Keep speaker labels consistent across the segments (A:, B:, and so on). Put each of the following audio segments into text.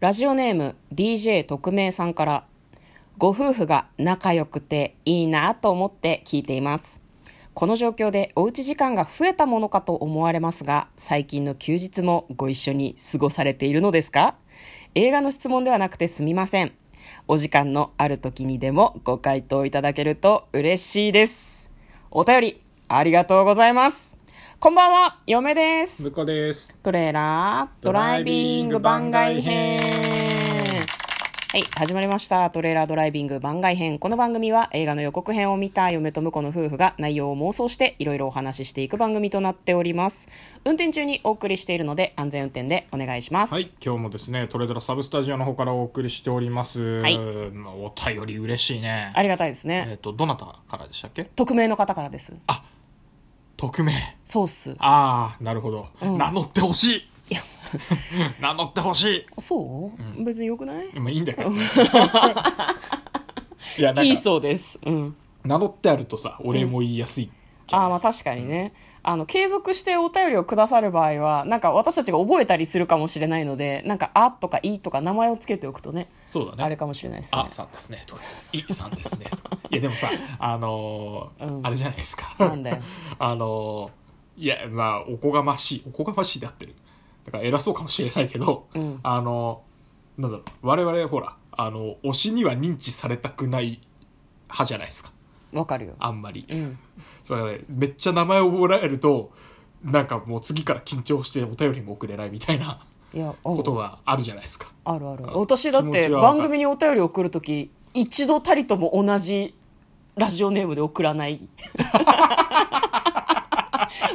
A: ラジオネーム DJ 特命さんからご夫婦が仲良くていいなと思って聞いていますこの状況でおうち時間が増えたものかと思われますが最近の休日もご一緒に過ごされているのですか映画の質問ではなくてすみませんお時間のある時にでもご回答いただけると嬉しいですお便りありがとうございますこんばんは嫁です
B: 向こうです。
A: トレーラードライビング番外編はい始まりましたトレーラードライビング番外編この番組は映画の予告編を見た嫁と婿の夫婦が内容を妄想していろいろお話ししていく番組となっております運転中にお送りしているので安全運転でお願いします
B: はい、今日もですね、トレドラサブスタジオの方からお送りしております。
A: い
B: お便り嬉しいね。
A: ありがたいですね、
B: えっ、と、どなたからでしたっけ
A: 匿名の方からです
B: 匿名。
A: そうっす
B: ああ、なるほど。名乗ってほしい。
A: いや
B: 名乗ってほし
A: そう、別によくない
B: い。 まあいいんだけどね。いや、なん
A: いい
B: か、
A: そうですうん
B: 名乗ってあるとさ、お礼も言いやすいじ
A: あ
B: ゃな
A: あ
B: い
A: ま
B: で
A: あ
B: すか。
A: 確かにね、あの継続してお便りをくださる場合はなんか私たちが覚えたりするかもしれないのでなんか「あ」とか「い」とか名前をつけておくとね
B: そうだね。
A: あれかもしれないですね
B: あさんですねとか、いさんですねとか。いや、でもさ、あのー
A: うん
B: あれじゃないですか。
A: なんだよ
B: あのーいや、まあ、おこがましい。おこがましいであってる。だから偉そうかもしれないけど、
A: うん
B: あのーなんだろう、我々ほら、あの、推しには認知されたくない派じゃないですか。
A: わかるよ
B: あんまり
A: う。ん
B: それはね、めっちゃ名前を覚えられると、なんかもう次から緊張してお便りも送れないみたいない
A: やうん
B: ことはあるじゃないですか。
A: あるある
B: あ
A: 私だっ
B: 気持
A: て
B: ちはわかる
A: 番組にお便り送るとき一度たりとも同じラジオネームで送らない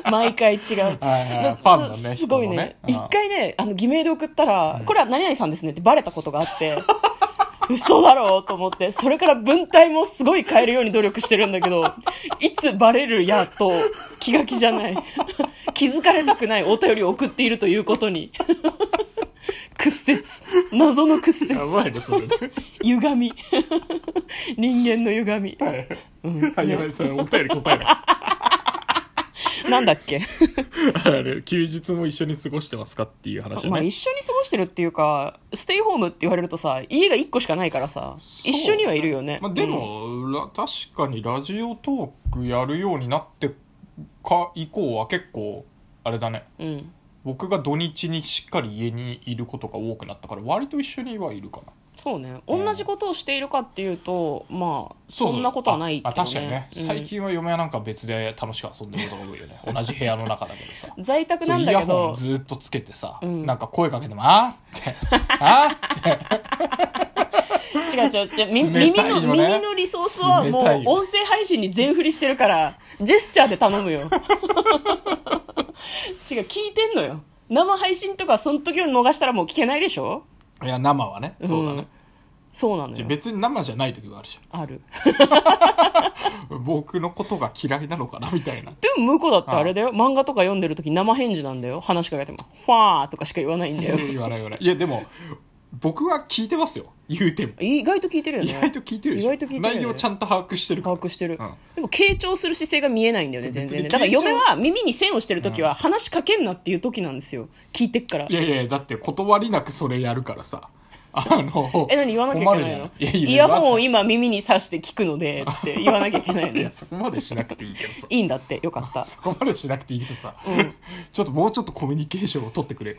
A: 毎回違う
B: はいはい
A: な
B: ファンのね
A: すす
B: 人
A: ご
B: の
A: い
B: ね
A: ね
B: うん
A: 一回ねあの偽名で送ったら、これは何々さんですねってバレたことがあって 嘘だろうと思ってそれから文体もすごい変えるように努力してるんだけどいつバレるやと気が気じゃない 気づかれたくないお便りを送っているということに 屈折謎の屈折
B: やばいね、それね。
A: 歪み 人間の歪み
B: はい。はい、やばい、それお便り答えない。
A: なんだっけ
B: あれ休日も一緒に過ごしてますかっていう話ね、
A: まあ一緒に過ごしてるっていうかステイホームって言われるとさ家が1個しかないからさ
B: そう
A: 一緒にはいるよね、
B: まあ、でも、ら確かにラジオトークやるようになってか以降は結構あれだね
A: うん、うん
B: 僕が土日にしっかり家にいることが多くなったから割と一緒にはいるかな
A: そうね
B: うん
A: 同じことをしているかっていうとまあ
B: う
A: そんなことはないけど、
B: あ
A: ね、
B: あ確かにね、
A: うん
B: 最近は嫁はなんか別で楽しく遊んでることが多いよね同じ部屋の中だけどさ
A: 在宅
B: そ
A: な
B: うんイ
A: だ
B: ヤ
A: け
B: ホン
A: ど
B: ずっとつけてさ、
A: うん
B: なんか声かけても「あーって 「あーって
A: 違う違う違うみ
B: 冷
A: 耳
B: たいよ
A: の
B: ね
A: 耳のリソースはもう
B: 冷たいよ
A: 音声配信に全振りしてるからジェスチャーで頼 むよ違う聞いてんのよ生配信とかその時を逃したらもう聞けないでしょ
B: いや生はねそうだね、
A: んそうなの
B: じゃ
A: よ
B: あ別に生じゃない時はあるじゃん
A: ある
B: 僕のことが嫌いなのかなみたいな
A: でも向こうだってあれだよ漫画とか読んでる時生返事なんだよ話しかけても「ファー」とかしか言わないんだよ
B: 言わない言わないいやでも僕は聞いてますよ言うても
A: 意外と聞いてるよ
B: 意
A: ね
B: 外と聞いてるでしょ
A: 意外と聞いてるよね
B: 内容ちゃんと把握してるから
A: 把握してる、
B: うん
A: でも傾聴する姿勢が見えないんだよね全然ね
B: 別
A: だ
B: に
A: から
B: 傾聴
A: 嫁は耳に線をしてる時は話しかけんなっていう時なんですよ聞いてっから
B: いやいやだって断りなくそれやるからさあの
A: え何言わなきゃいけないの
B: 困るじゃんいやいや
A: イヤホンを今耳に挿して聞くのでって言わなきゃいけない
B: い
A: の
B: やそこまでしなくていいけどさ
A: いいんだってよかった
B: そこまでしなくていいけどさ、
A: ん
B: ちょっともうちょっとコミュニケーションを取ってくれよ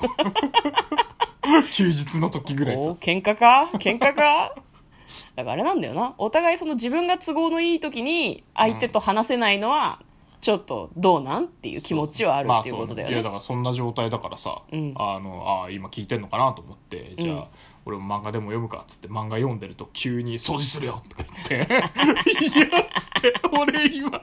B: 休日の時ぐらいさ
A: お喧嘩か 喧嘩かだからあれなんだよなお互いその自分が都合のいい時に相手と話せないのはちょっとどうなんっていう気持ちはある
B: ま
A: っていうことだよ
B: そういや
A: ね、
B: だからそんな状態だからさ、
A: うん
B: あのあ今聞いてんのかなと思ってじゃあ、
A: うん
B: 俺も漫画でも読むかっつって漫画読んでると急に「掃除するよ」とか言 って「いや」っつって俺今く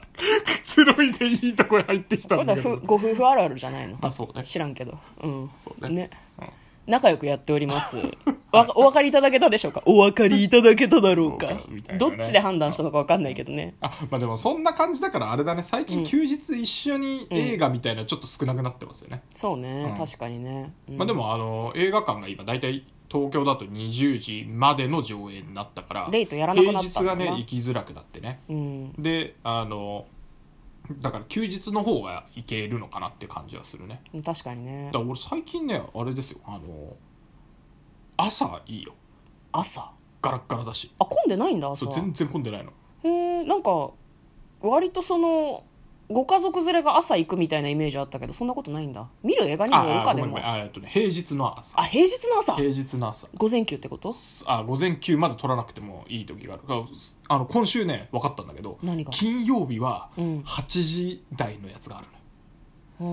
B: つろいでいいとこへ入ってきた
A: これ
B: ん
A: だか
B: だけ
A: らふ
B: ど
A: ご夫婦あるあるじゃないの
B: あそうね
A: 知らんけどうん
B: そうねうん
A: 仲良くやっております わお分かりいただけたでしょうかお分かりいただけただろ う
B: ど
A: か
B: うかみたいなね
A: どっちで判断したのか分かんないけどね
B: あまあでもそんな感じだからあれだね最近休日一緒に映画みたいなのちょっと少なくなってますよね、
A: そうね、
B: うん
A: 確かにね、うん
B: まあでもあの映画館が今大体東京だと20時までの上映になったから
A: レイトやらなくなった
B: 平
A: んだ
B: 日が
A: な
B: ね行きづらくなってね
A: うん
B: であのだから休日の方がいけるのかなって感じはするね
A: 確かにね
B: だから俺最近ねあれですよあの朝いいよ
A: 朝
B: ガラッガラだし
A: あ混んでないんだ朝
B: そう全然混んでないの
A: へえんか割とそのご家族連れが朝行くみたいなイメージあったけどそんなことないんだ見る映画に
B: あ
A: もよる
B: あ
A: か
B: ご
A: で
B: めん
A: も
B: ごめんあえっとね平日の朝
A: あ平日の朝
B: 平日の朝
A: 午前休ってこと
B: あ午前休まで取らなくてもいい時があるああの今週ね分かったんだけど
A: 何が
B: 金曜日は
A: うん
B: 8時台のやつがあるのよ、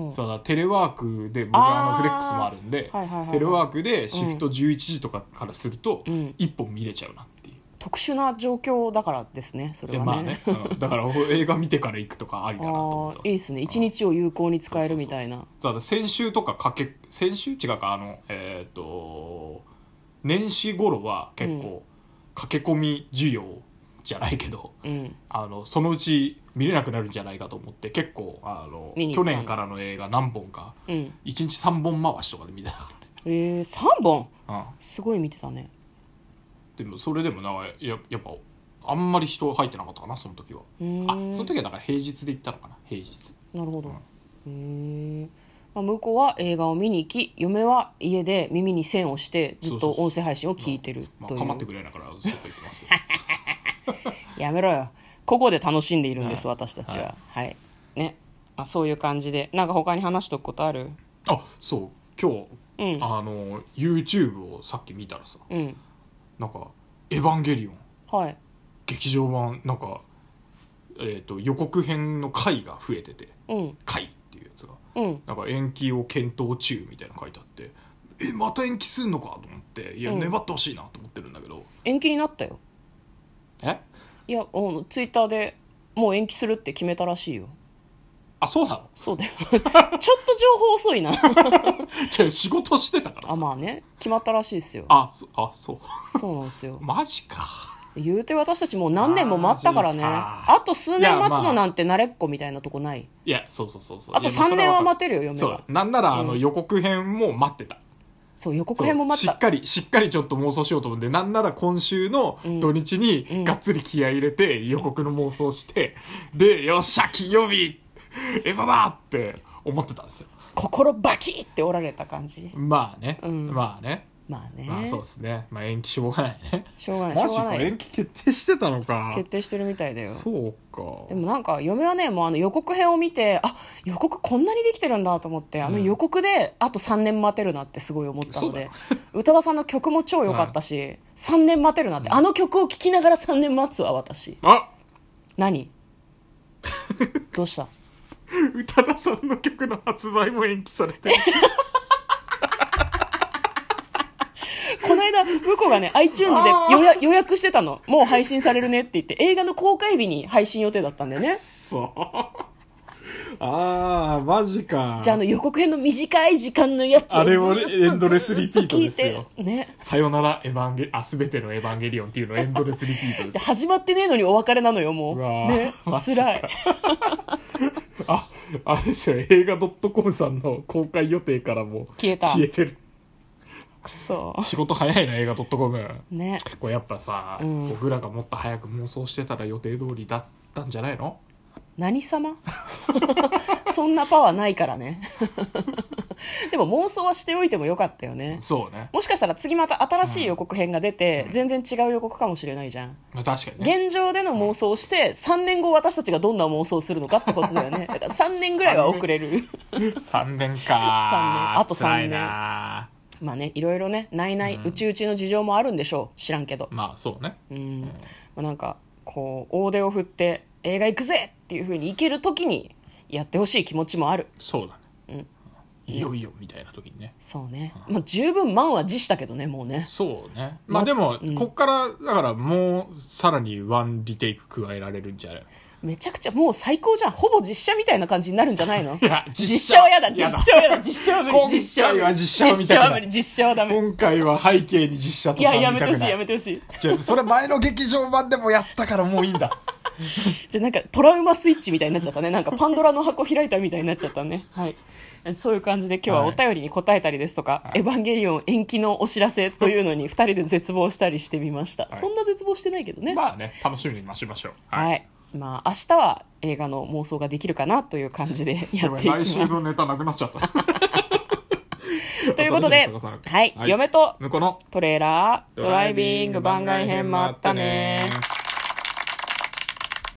A: うん
B: そうだからテレワークで僕はあのフレックスもあるんで、
A: はいはいはいはい
B: テレワークでシフト11時とかからすると
A: うん
B: 一本見れちゃうなっていう、
A: 特殊な状況だからですねそ
B: い
A: れ
B: や
A: は
B: まあ
A: ね
B: ね、うんだから映画見てから行くとかありだなと思
A: あ
B: っ
A: あ
B: てます
A: いいですね一日を有効に使えるみたいな
B: ただ先週とかかけ先週違うかあのえっ、と年始頃は結構駆け込み需要じゃないけど、
A: うん
B: あのそのうち見れなくなるんじゃないかと思って結構あの
A: 見に行
B: 去
A: った
B: 年からの映画何本か
A: うん
B: 1日3本回しとかで見てたか
A: えー、3本
B: らね、
A: すごい見てたね
B: うん、でもそれでもなんかややっぱあんまり人入ってなかったかなその時は
A: うーん
B: あその時はだから平日で行ったのかな平日
A: なるほど、うーんまあ、向こうは映画を見に行き嫁は家で耳に線をしてずっと音声配信を聞いてる
B: ま
A: と
B: あ
A: いう
B: かまってくれないから外行きますよ
A: やめろよここで楽しんでいるんです、私たちは
B: は
A: はい、ねあそういう感じでなんか他に話しとくことある
B: あそう今日、
A: うん
B: あの YouTube をさっき見たらさ
A: うん
B: なんか「エヴァンゲリオン
A: はい」
B: 劇場版なんか、えー、と予告編の回が増えてて
A: うん
B: 「回」っていうやつが
A: うん
B: なんか延期を検討中みたいなの書いてあってえまた延期すんのかと思っていや、
A: うん
B: 粘ってほしいなと思ってるんだけど
A: 延期になったよ
B: え
A: いやうんツイッターでもう延期するって決めたらしいよ
B: あそうなの
A: そうだよ ちょっと情報遅いな
B: じゃあ仕事してたからさ
A: あまあね決まったらしいですよ
B: あそあそう
A: そうなんですよ
B: マジか
A: 言うて私たちもう何年も待ったからね
B: マジ
A: あ
B: か
A: と数年待つのなんて慣れっこみたいなとこない
B: いやそうそうそうそう
A: あと
B: いやま
A: 3年は待
B: それ
A: てるよ嫁
B: 分かる
A: は
B: そうなんなら、あ
A: う
B: の
A: ん
B: 予告編も待ってた
A: そう予告編も待っ
B: そうしったかりしっかりちょっと妄想しようと思ってなんなら今週の土日
A: うん
B: にがっつり気合い入れて予告の妄想して、でよっしゃ金曜日エヴァだって思ってたんですよ
A: 心バキっておられた感じ
B: まあね、
A: うん
B: まあね
A: まあね、
B: まあそうですねまあ延期しょうがない ね
A: しょうがないし
B: マ
A: ょう
B: ジ
A: が
B: か
A: ない
B: 延期決定してたのか
A: 決定してるみたいだよ
B: そうか
A: でもなんか嫁はねもうあの予告編を見てあ予告こんなにできてるんだと思ってあの
B: うん
A: 予告であと3年待てるなってすごい思ったので、宇多田さんの曲も超良かったし、3年待てるなってあの曲を聴きながら3年待つわ私
B: あ
A: 何どうした
B: 宇多田さんの曲の発売も延期されてる
A: この間向こうがね iTunes で予約予約してたのもう配信されるねって言って映画の公開日に配信予定だったんだよね
B: そう ああマジか
A: じゃああの予告編の短い時間のやつを
B: あれもね
A: ずっと
B: エンドレス
A: ずっと
B: リピートですよ
A: 聞いてね
B: さよならエヴァンゲあ全てのエヴァンゲリオンっていうのをエンドレスリピート
A: で
B: です
A: 始まってねえのにお別れなのよもう
B: うわー
A: ね
B: マ
A: 辛
B: ジ
A: い
B: ああれですよ映画 .com さんの公開予定からも
A: 消えた
B: 消えてる
A: くそ
B: 仕事早いな映画 .com
A: ね
B: これやっぱさ、
A: うん
B: 僕らがもっと早く妄想してたら予定通りだったんじゃないの
A: 何様 そんなパワーないからね でも妄想はしておいてもよかったよね
B: そうね、
A: もしかしたら次また新しい予告編が出て、全然違う予告かもしれないじゃん
B: まあ、確かにね
A: 現状での妄想をして3年後私たちがどんな妄想をするのかってことだよ ねだから3年ぐらいは遅れる
B: 3年
A: 三年
B: か
A: あと三年
B: 辛いな
A: まあねいろいろねないない、うちうちの事情もあるんでしょう知らんけど
B: まあそうね
A: うん、まあ、なんかこう大手を振って映画行くぜっていうふうに行ける時にやってほしい気持ちもある
B: そうだね、いよいよみたいな時にね
A: そうね、まあ、十分満は持したけどねもうね
B: そうね
A: ま
B: まあでも、
A: うん
B: こっからだからもうさらにワンリテイク加えられるんじゃない
A: めちゃくちゃもう最高じゃんほぼ実写みたいな感じになるんじゃないの
B: いや
A: 実写はやだ実写はやだ実写は無理
B: 今
A: 実写
B: 回は実写は見たくない
A: 無理実写は無理実写はダメ
B: 今回は背景に実写と
A: い
B: か
A: や
B: 見た
A: や
B: くな
A: め
B: い
A: てほしいやめてほしい
B: じゃあそれ前の劇場版でもやったからもうい いんだ
A: じゃあなんかトラウマスイッチみたいになっちゃったねなんかパンドラの箱開いたみたいになっちゃったねはいそういう感じで今日はお便りに答えたりですとか「
B: はい
A: エヴァンゲリオン」延期のお知らせというのに2人 で絶望したりしてみました、
B: い
A: そんな絶望してないけどね、
B: まあね楽しみに待ちましょう
A: はい、まあ明日は映画の妄想ができるかなという感じでや
B: や
A: っ
B: ば
A: て
B: い
A: いきま
B: 来
A: す
B: 週のネタなくなっちゃった
A: ということ で
B: 後探さなく、て
A: はい、
B: はい
A: 嫁と
B: 向こうの
A: トレーラードライビング番外編もあったねー。